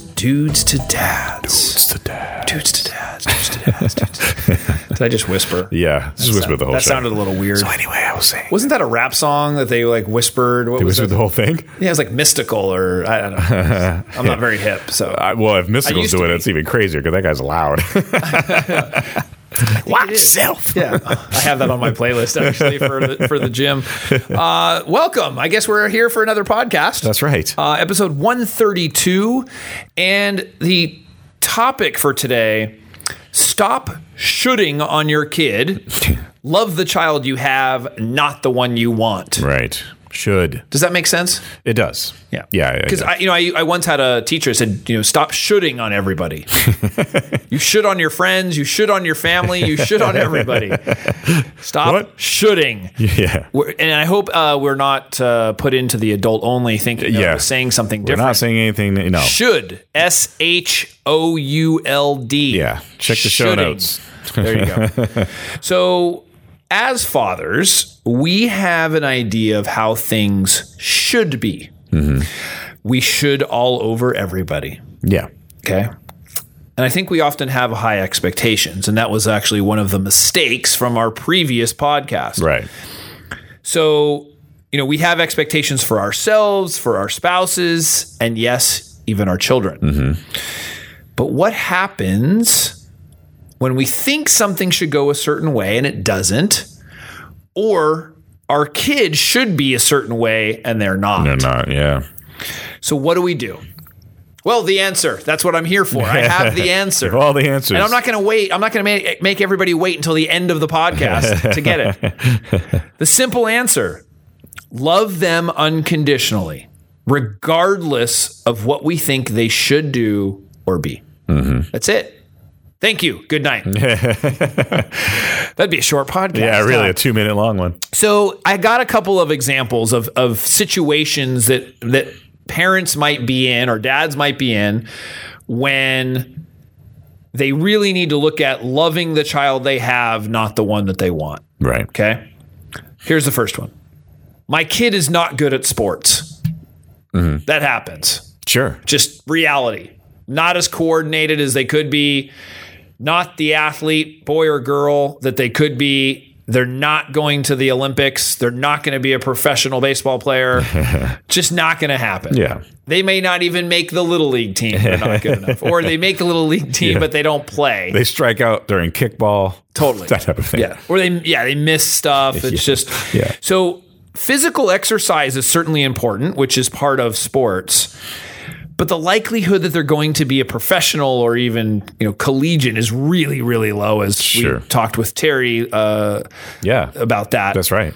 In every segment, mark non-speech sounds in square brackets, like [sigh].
Dudes to Dads. It's the [laughs] dad. Dudes to Dads. Dudes to Dads. Dudes to dads. Did I just whisper? Yeah, just whisper the whole that show. sounded a little weird. anyway, I was saying. Wasn't that a rap song that they like whispered? What They was whispered it? the whole thing? yeah, it was like mystical or I don't [laughs] know. I'm not very hip, so I, well, if I Mystical's used to doing it, be. it's even crazier because that guy's [laughs] loud. [laughs] Watch [laughs] self. yeah, [laughs] I have that on my playlist actually for the, for the gym. Uh, welcome. I guess we're here for another podcast. That's right. uh, episode 132. And the topic for today stop shooting on your kid. [laughs] Love the child you have, not the one you want. right. Should. Does that make sense? It does. Yeah. yeah, Because yeah. I, you know, I, I once had a teacher said, you know, stop shooting on [laughs] everybody. you should on your friends. You should on your family. You should on everybody. Stop What? shooting. [laughs] [laughs] yeah. We're, and I hope uh, we're not uh, put into the adult only thinking. Yeah, Yeah. saying something We're different. not saying anything. that- No. Should S H O U L D. Yeah. Check the show Shoulding. notes. There you go. [laughs] so, as fathers, we have an idea of how things should be. Mm-hmm. We should all over everybody. Yeah. Okay. And I think we often have high expectations. And that was actually one of the mistakes from our previous podcast. Right. So, you know, we have expectations for ourselves, for our spouses, and yes, even our children. But what happens when we think something should go a certain way and it doesn't, or our kid should be a certain way and they're not? They're not. Yeah. So, what do we do? Well, the answer. That's what I'm here for. I have the answer. All the answers. And I'm not going to wait. I'm not going to make, make everybody wait until the end of the [laughs] podcast to get it. The simple answer love them unconditionally, regardless of what we think they should do or be. Mm-hmm. That's it. Thank you. Good [laughs] night. That'd be a short podcast. Uh, yeah, huh? really, a two minute long one. So I got a couple of examples of of situations that that parents might be in or dads might be in when they really need to look at loving the child they have, not the one that they want. Right. Okay. Here's the first one. My kid is not good at sports. That happens. Sure. Just reality. Not as coordinated as they could be. Not the athlete, boy or girl, that they could be. They're not going to the Olympics. They're not going to be a professional baseball [laughs] player. just not going to happen. Yeah. They may not even make the little league team. They're not good enough. Or they make the little league [laughs] team, but they don't play. They strike out during kickball. Totally. [laughs] That type of thing. Yeah. Or they yeah, they miss stuff. It's just Yeah. So physical exercise is certainly important, which is part of sports. But the likelihood that they're going to be a professional or even, you know, collegiate is really, really low as Sure. we talked with Terry uh, Yeah. about that. That's right.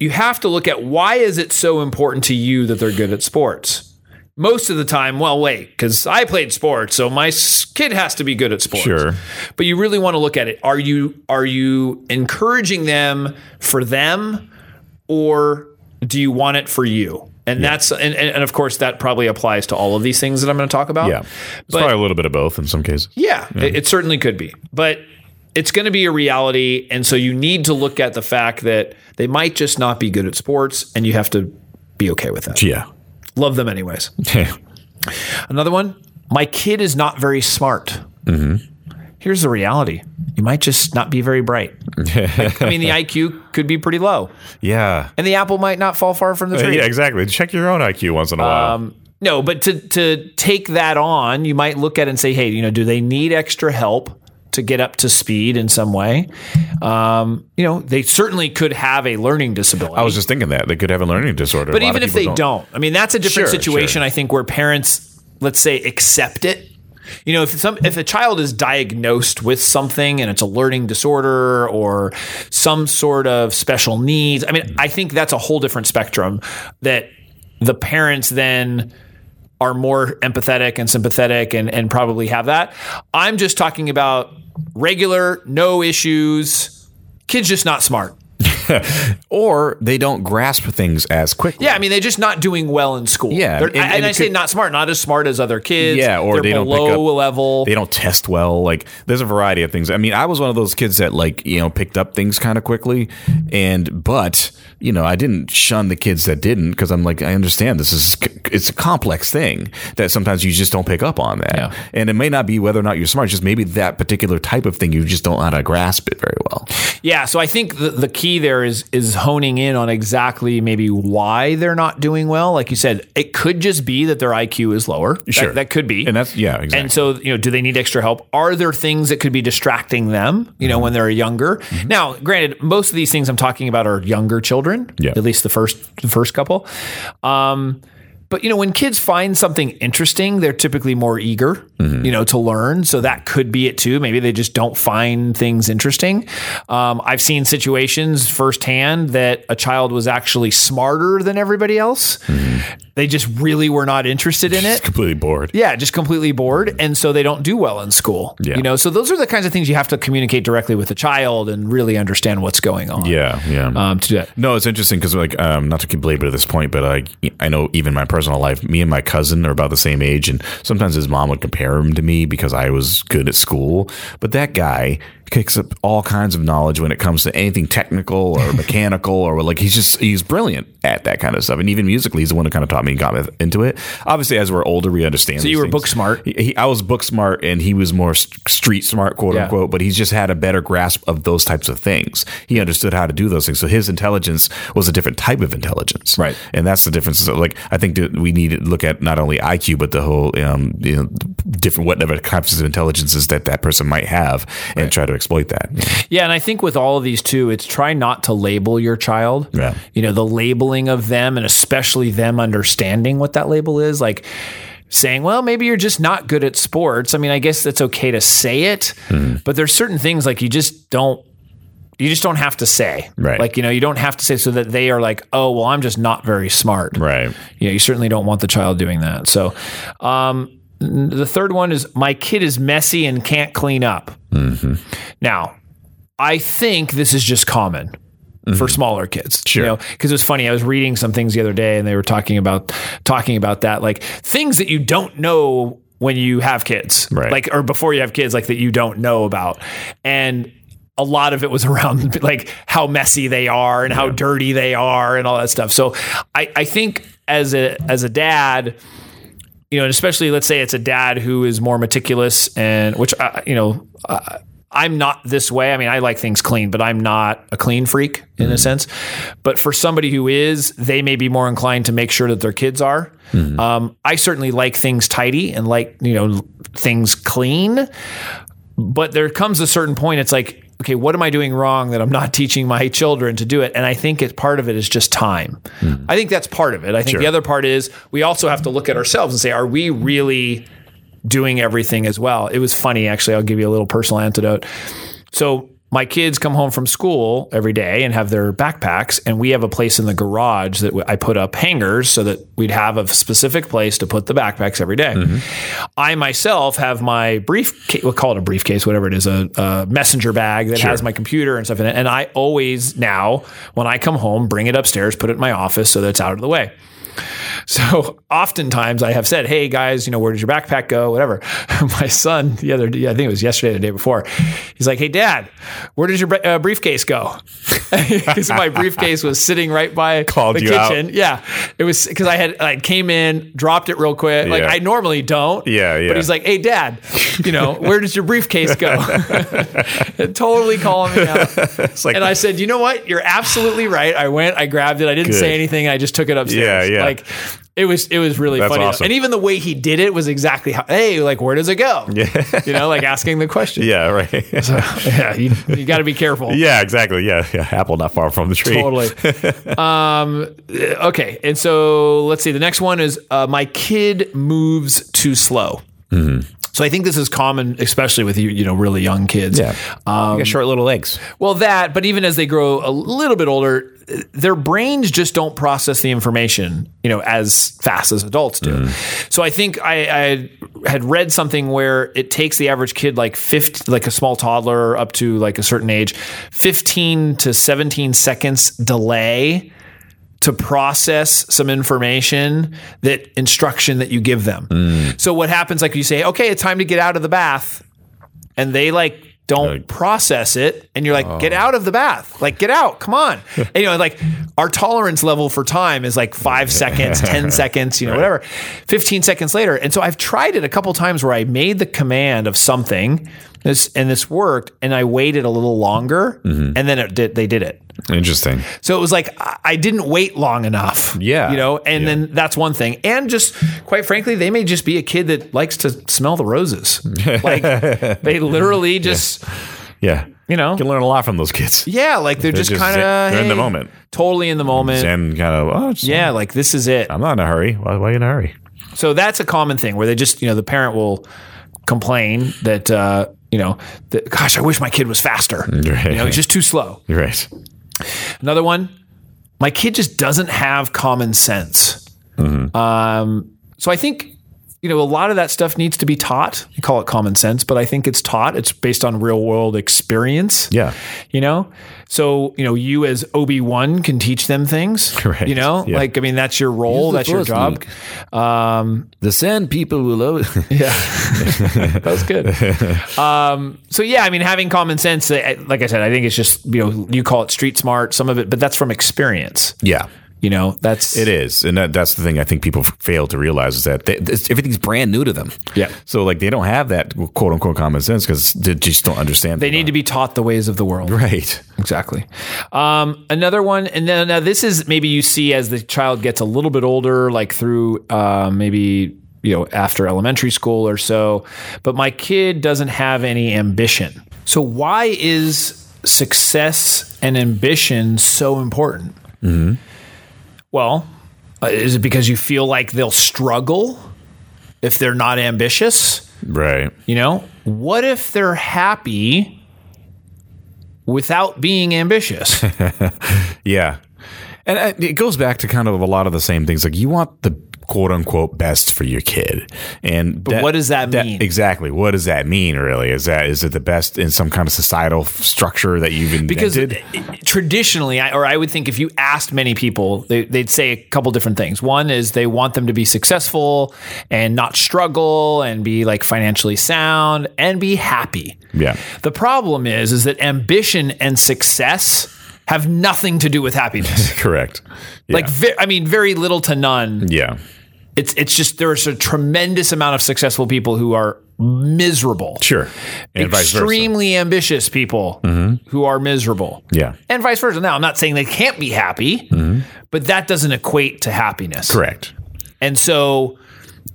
you have to look at why is it so important to you that they're good at sports? Most of the time, well, wait, because I played sports, so my s- kid has to be good at sports Sure. but you really want to look at it are you are you encouraging them for them or do you want it for you and that's and, and, and of course that probably applies to all of these things that i'm going to talk about Yeah. It's probably a little bit of both in some cases. yeah, It, it certainly could be. But it's going to be a reality. And so you need to look at the fact that they might just not be good at sports and you have to be okay with that. Yeah. [laughs] Love them anyways. Another one my kid is not very smart. Mm-hmm. Here's the reality you might just not be very [laughs] bright. I mean, the IQ could be pretty low yeah. and the apple might not fall far from the tree. Uh, Yeah, exactly. Check your own IQ once in a while. No, but to to take that on, you might look at it and say, hey, you know, do they need extra help to get up to speed in some way? Um, you know, they certainly could have a learning disability. I was just thinking that they could have a learning disorder. but even if they don't. I mean, that's a different Sure, situation. sure. I think where parents, let's say, accept it. You know, if some if a child is diagnosed with something and it's a learning disorder or some sort of special needs, I mean, I think that's a whole different spectrum that the parents then are more empathetic and sympathetic and, and probably have that. I'm just talking about regular, no issues, kids just not smart. or they don't grasp things as quickly. Yeah, I mean they're just not doing well in school. Yeah, They're- and- and, and I it say could- not smart, not as smart as other kids. Yeah, or they're they don't pick below up- a level. They don't test well. Like there's a variety of things. I mean, I was one of those kids that like, you know, picked up things kind of quickly and but, you know, I didn't shun the kids that didn't because I'm like I understand this is it's a complex thing that sometimes you just don't pick up on that. Yeah. And it may not be whether or not you're smart, it's just maybe that particular type of thing you just don't know how to grasp it very well. Yeah, so I think the, the key there is is honing in on exactly maybe why they're not doing well. Like you said, it could just be that their IQ is lower. That- Sure. that, could be, And that's yeah, exactly. And so you know, do they need extra help? Are there things that could be distracting them? You know, when they're younger. Now, granted, most of these things I'm talking about are younger children. Yeah. at least the first the first couple. Um, but you know, when kids find something interesting, they're typically more eager, you know, to learn. So that could be it too. Maybe they just don't find things interesting. Um, I've seen situations firsthand that a child was actually smarter than everybody else. They just really were not interested in it. completely bored. Yeah, just completely bored, and so they don't do well in school. Yeah. You know, so those are the kinds of things you have to communicate directly with the child and really understand what's going on. Yeah, yeah. um, to do that. [laughs] No, it's interesting because like um, not to keep belabor this point, but like I know even in my personal life, me and my cousin are about the same age, and sometimes his mom would compare him to me because I was good at school, but that guy kicks up all kinds of knowledge when it comes to anything [laughs] technical or mechanical or like he's just he's brilliant at that kind of stuff, and even musically, he's the one who kind of taught me and got me into it. Obviously, as we're older, we understand. So you were book smart? he- he, I was book smart and he was more st- street smart, quote Yeah. unquote, but he's just had a better grasp of those types of things. He understood how to do those things. So his intelligence was a different type of intelligence. Right. And that's the difference. So, like, I think that we need to look at not only IQ, but the whole, um, you know, different, whatever types of intelligences that that person might have and try to exploit that. Yeah, and I think with all of these too, it's try not to label your child. Yeah. You know, the labeling of them and especially them understanding what that label is, like saying, well, maybe you're just not good at sports. I mean, I guess that's okay to say it, Hmm. but there's certain things like you just don't you just don't have to say. Right. Like, you know, you don't have to say so that they are like, oh, well, I'm just not very smart Right. you know, you certainly don't want the child doing that. So, um, n- the third one is my kid is messy and can't clean up. Mm-hmm. Now, I think this is just common for smaller kids. Mm-hmm. Sure. You know, because it was funny. I was reading some things the other day, and they were talking about talking about that, like things that you don't know when you have kids, Right. Like or before you have kids, like that you don't know about, and. A lot of it was [laughs] around like how messy they are and how dirty they are and all that stuff. So I, I think as a as a dad, you know, and especially let's say it's a dad who is more meticulous and which, uh, you know, uh, I'm not this way. I mean, I like things clean, but I'm not a clean freak in a sense. But for somebody who is, they may be more inclined to make sure that their kids are. Um, I certainly like things tidy and like, you know, things clean. But there comes a certain point, it's like, okay, what am I doing wrong that I'm not [laughs] teaching my children to do it? And I think it's part of it is just time. I think that's part of it. I think the other part is we also have to look at ourselves and say, are we really doing everything as well? It was funny, actually. I'll give you a little personal antidote. So, my kids come home from school every day and have their backpacks, and we have a place in the garage that I put up hangers so that we'd have a specific place to put the backpacks every day. I myself have my briefcase, we'll call it a briefcase, whatever it is, a, a messenger bag that has my computer and stuff in it. And I always now, when I come home, bring it upstairs, put it in my office so that it's out of the way. So oftentimes I have said, "Hey guys, you know, where did your backpack go? Whatever." [laughs] My son the other day, I think it was yesterday, or the day before, he's like, "Hey dad, where did your br- uh, briefcase go?" [laughs] Because my briefcase was sitting right by [laughs] Called the you out. kitchen. Yeah, it was because I had I came in, dropped it real quick. Like Yeah. I normally don't. Yeah, yeah. But he's like, "Hey dad, you know, where does your briefcase go?" [laughs] totally calling me out. [laughs] It's like, And I said, you know what? You're absolutely right. I went, I grabbed it. I didn't say Good. anything. I just took it upstairs. Yeah, yeah. Like it was, it was really That's funny. awesome. And even the way he did it was exactly how, hey, like where does it go? Yeah, [laughs] you know, like asking the question. yeah, right. [laughs] yeah you, you got to be careful. [laughs] yeah, exactly. Yeah, yeah. Apple not far from the tree. [laughs] Totally. um, okay, and Mm-hmm. so let's see. The next one is uh, my kid moves too slow. So I think this is common, especially with you, you know, really young kids. Yeah. you got short little legs. Well, that, but even as they grow a little bit older, their brains just don't process the information, you know, as fast as adults do. So I think I, I had read something where it takes the average kid like 50, like a small toddler up to like a certain age, 15 to 17 seconds delay to process some information that instruction that you give them. So what happens like you say, okay, it's time to get out of the bath and they like don't process it and you're like get out of the bath like get out come on and, you know like our tolerance level for time is like five seconds ten seconds you know whatever 15 seconds later and so i've tried it a couple times where i made the command of something this and this worked and i waited a little longer and then it did they did it Interesting. so it was like I I didn't wait long enough. Yeah. You know, and then that's one thing. And just quite frankly, they may just be a kid that likes to smell the [laughs] roses. like they literally just Yeah. you know You can learn a lot from those kids. Yeah, like they're, just, just kind zen- of they're in the moment. Totally in the moment. And kind of, oh, it's- Yeah, like this is it. I'm not in a hurry. Why, why are you in a hurry? So that's a common thing where they just, you know, the parent will complain that uh, you know, that, gosh, I wish my kid was faster. Right. You know, he's just too slow. You're [laughs] right. Another one, my kid just doesn't have common sense. Mm-hmm. Um, so I think, you know, a lot of that stuff needs to be taught. You call it common sense, but I think it's taught. It's based on real world experience. Yeah. You know, so, you know, you as OB1 can teach them [laughs] things. Correct. You know, Yeah. like, I mean, that's your role, that's your job. [laughs] The sand people will [laughs] always. That was [laughs] good. um, so yeah, I mean, having common sense, I- like I said, I think it's just, you know, you call it street smart, some of it, but that's from experience. Yeah. You know, that's It is, and that, that's the thing I think people f- fail to realize is that they, this, everything's brand new to them. Yeah. So like they don't have that quote unquote common sense because they just don't understand. They need to be taught the ways of the world. [laughs] right. Exactly. Um, another one, and then now this is maybe you see as the child gets a little bit older, like through uh, maybe you know after elementary school or so. But my kid doesn't have any ambition. So why is success and ambition so important? Well, uh, is it because you feel like they'll struggle if they're not ambitious? Right. You know, what if they're happy without being ambitious? Yeah. And uh, it goes back to kind of a lot of the same things. Like you want the quote unquote best for your kid. And but what does that mean? Exactly. What does that mean really? Is that is it the best in some kind of societal f- structure that you've invented? Because traditionally, I, or I would think if you asked many people, they, they'd say a couple different things. One is they want them to be successful and not struggle and be like financially sound and be happy. yeah. The problem is, is that ambition and success have nothing to do with happiness. Correct. Yeah. Like, ve- I mean, very little to none yeah. it's it's just there's a tremendous amount of successful people who are miserable. Sure. And vice versa. Mm-hmm. Extremely ambitious people who are miserable. Yeah. Mm-hmm. And vice versa. Now, I'm not saying they can't be happy, but that doesn't equate to happiness. Correct. And so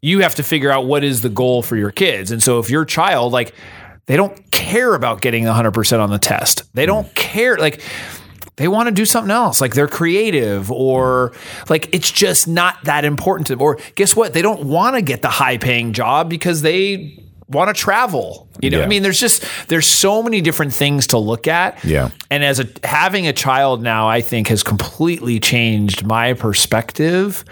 you have to figure out what is the goal for your kids. And so if your child, like, they don't care about getting 100% on the test, they don't care. Like, they want to do something else. Like, they're creative or like it's just not that important to them. Or guess what? They don't want to get the high paying job because they want to travel. You know, what I Yeah. mean, there's just, there's so many different things to look at. Yeah. And as a having a child now, I think has completely changed my perspective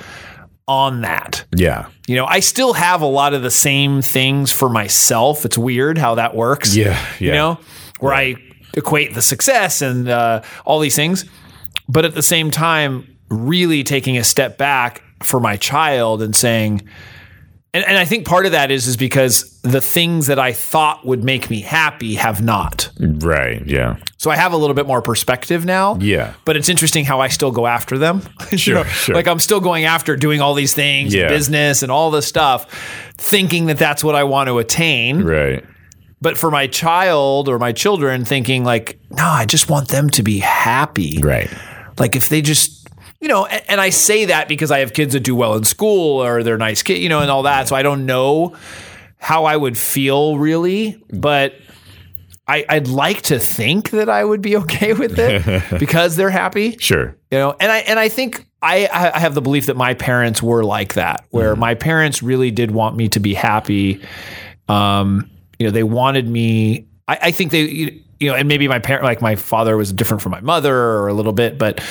on that. Yeah. You know, I still have a lot of the same things for myself. It's weird how that works. Yeah, You yeah. know, where I equate the success and uh, all these things. But at the same time, really taking a step back for my child and saying, and, and I think part of that is is because the things that I thought would make me happy have not. Right. Yeah. So I have a little bit more perspective now. Yeah. But it's interesting how I still go after them. [laughs] You Sure, know, sure. Like I'm still going after doing all these things, and Yeah. business and all this stuff, thinking that that's what I want to attain. Right. But for my child or my children, thinking like, no, I just want them to be happy. Right. Like if they just, you know, and, and I say that because I have kids that do well in school or they're nice kids, you know, and all that. So I don't know how I would feel really, but I, I'd like to think that I would be [laughs] okay with it because they're happy, Sure. you know. And I and I think I I have the Mm-hmm. belief that my parents were like that, where my parents really did want me to be happy. Um, you know, they wanted me. I, I think they, you know, and maybe my parent, like my father, was different from my mother or a little bit, but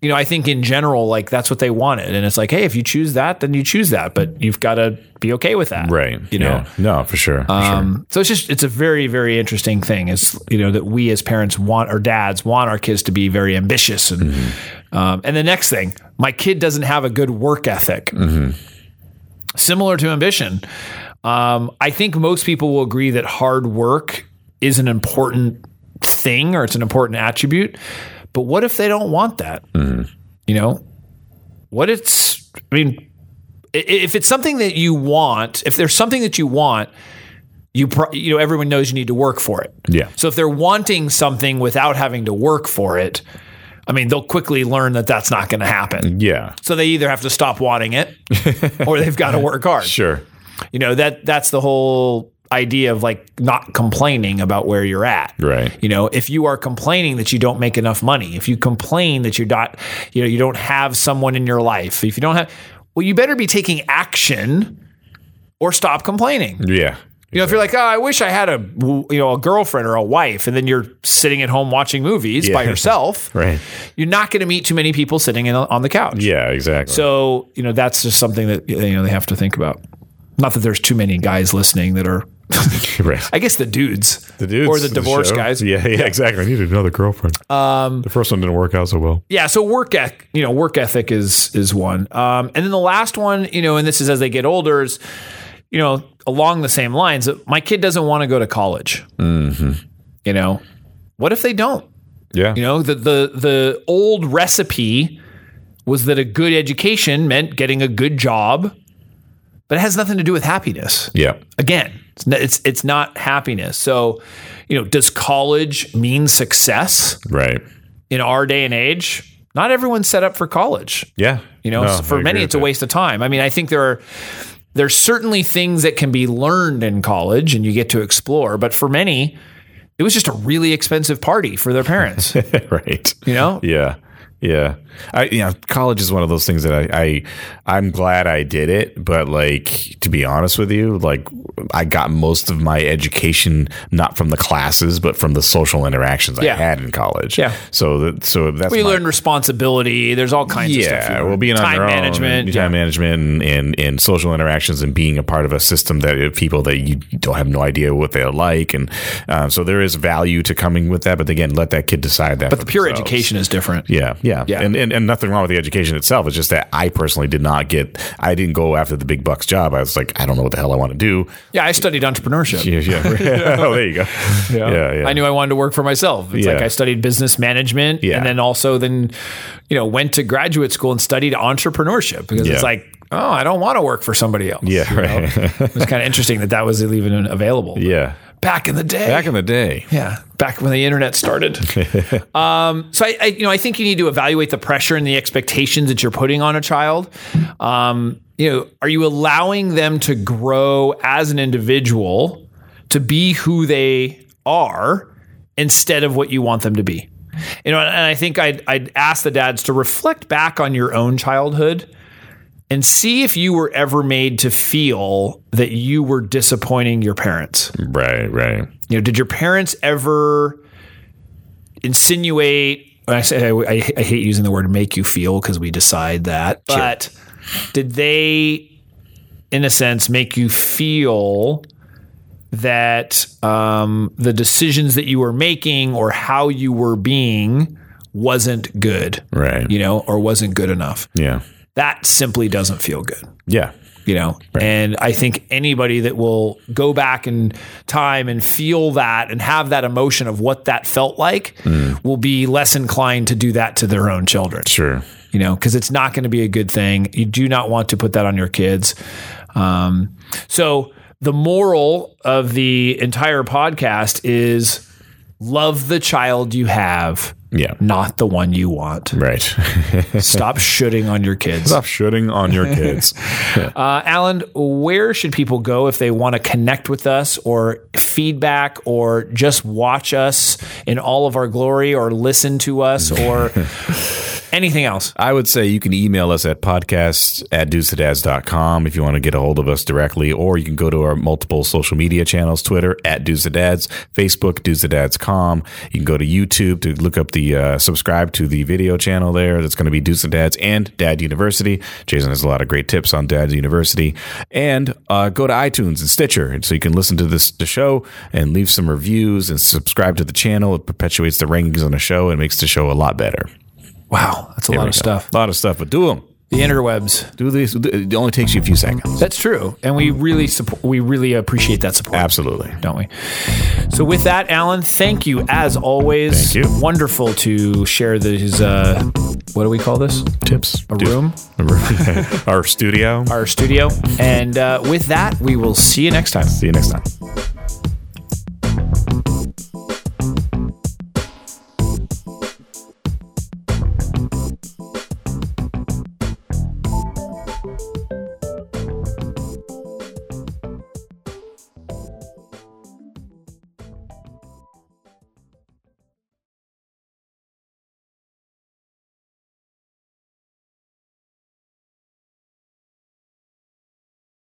you know, I think in general, like that's what they wanted, and it's like, hey, if you choose that, then you choose that, but you've got to be okay with that, Right. You know, Yeah. No, for sure. For sure. um, so it's just it's a very very interesting thing is you know that we as parents want or dads want our kids to be very ambitious and um, and the next thing my kid doesn't have a good work ethic similar to ambition um, I think most people will agree that hard work is an important thing or it's an important attribute but what if they don't want that you know what it's I mean i- if it's something that you want if there's something that you want you pro- you know everyone knows you need to work for it. Yeah. So if they're wanting something without having to work for it, I mean they'll quickly learn that that's not going to happen. Yeah. So they either have to stop wanting [laughs] it or they've got to work hard. Sure. You know that that's the whole idea of like not complaining about where you're at. Right. You know, if you are complaining that you don't make enough money, if you complain that you're not, you know, you don't have someone in your life, if you don't have, well, you better be taking action or stop complaining. Yeah. You know, if you're like, oh, I wish I had a you know a girlfriend or a wife, and then you're sitting at home watching movies by [laughs] yourself, Right. You're not going to meet too many people sitting in, on the couch. Yeah, exactly. So you know that's just something that you know they have to think about. Not that there's too many guys listening that are, [laughs] [laughs] right. I guess the dudes, the dudes or the in divorce show. guys. Yeah, yeah, exactly. I needed another girlfriend. Um, the first one didn't work out so well. yeah so work eth- you know work ethic is is one um, and then the last one you know and this is as they get older is you know along the same lines that my kid doesn't want to go to college Mm-hmm. you know what if they don't Yeah, you know the the the old recipe was that a good education meant getting a good job but it has nothing to do with happiness yeah, again it's n- it's, it's not happiness so you know does college mean success right. in our day and age, not everyone's set up for college. Yeah, You know, No, for I many, agree it's a with waste of time. I mean, I think there are there's certainly things that can be learned in college and you get to explore, but for many, it was just a really expensive party for their [laughs] parents. you that. right. know, Yeah, yeah. I you know, college is one of those things that I, I I'm glad I did it, but like to be honest with you, like I got most of my education not from the classes, but from the social interactions Yeah. I had in college. Yeah. So that so that's we my- learn responsibility. There's all kinds of stuff. yeah, you well, learn. being on time your own, management. time management, and, and and social interactions, and being a part of a system that of people that you don't have no idea what they're like, and um, so there is value to coming with that. But again, let that kid decide that. But The pure education is different. Yeah, yeah, Yeah. And, and and nothing wrong with the education itself. It's just that I personally did not get. I didn't go after the big bucks job. I was like, I don't know what the hell I want to do. [laughs] Yeah, I studied entrepreneurship. Yeah, [laughs] yeah. oh, there [laughs] you go. Yeah, yeah. I knew I wanted to work for myself. It's Yeah. like I studied business management Yeah. and then also then, you know, went to graduate school and studied entrepreneurship because Yeah. it's like, oh, I don't want to work for somebody else. Yeah, right. It was kind of interesting that that was even available. [laughs] yeah. Back in the day. Back in the day. yeah. Back when the internet started. um, so I, I, you know, I think you need to evaluate the pressure and the expectations that you're putting on a child. Um, you know, are you allowing them to grow as an individual to be who they are instead of what you want them to be? You know, and I think I'd, I'd ask the dads to reflect back on your own childhood and see if you were ever made to feel that you were disappointing your parents Right, right. you know, did your parents ever insinuate? and I say I, I, I hate using the word "make you feel" because we decide that, but did they, in a sense, make you feel that um, the decisions that you were making or how you were being wasn't good, Right. you know, or wasn't good enough? Yeah. That simply doesn't feel good Yeah. you know and i think anybody that will go back in time and feel that and have that emotion of what that felt like will be less inclined to do that to their own children Sure. you know because it's not going to be a good thing you do not want to put that on your kids um, so the moral of the entire podcast is love the child you have Yeah. not the one you want Right. [laughs] stop shooting on your kids Stop shooting on your kids. Uh, Alan, where should people go if they want to connect with us or feedback or [laughs] just watch us in all of our glory or listen to us or Anything else? I would say you can email us at podcast at dudesadads.com if you want to get a hold of us directly, or you can go to our multiple social media channels Twitter at dudesadads, Facebook, dudesadads.com. You can go to YouTube to look up the uh, subscribe to the video channel there. That's going to be Dudesadads and Dad University. Jason has a lot of great tips on Dad University. And uh, go to iTunes and Stitcher and so you can listen to this the show and leave some reviews and subscribe to the channel. It perpetuates the rankings on the show and makes the show a lot better. Wow, that's a lot of stuff. A lot of stuff, but do them. The interwebs. Do this. It only takes you a few seconds. That's true, and we really support. We really appreciate that support. Absolutely. don't we? So with that, Alan, thank you as always. Thank you. Wonderful to share these. Uh, what do we call this? Tips. A room, [laughs] Our studio. our studio, and uh, with that, we will see you next time. See you next time.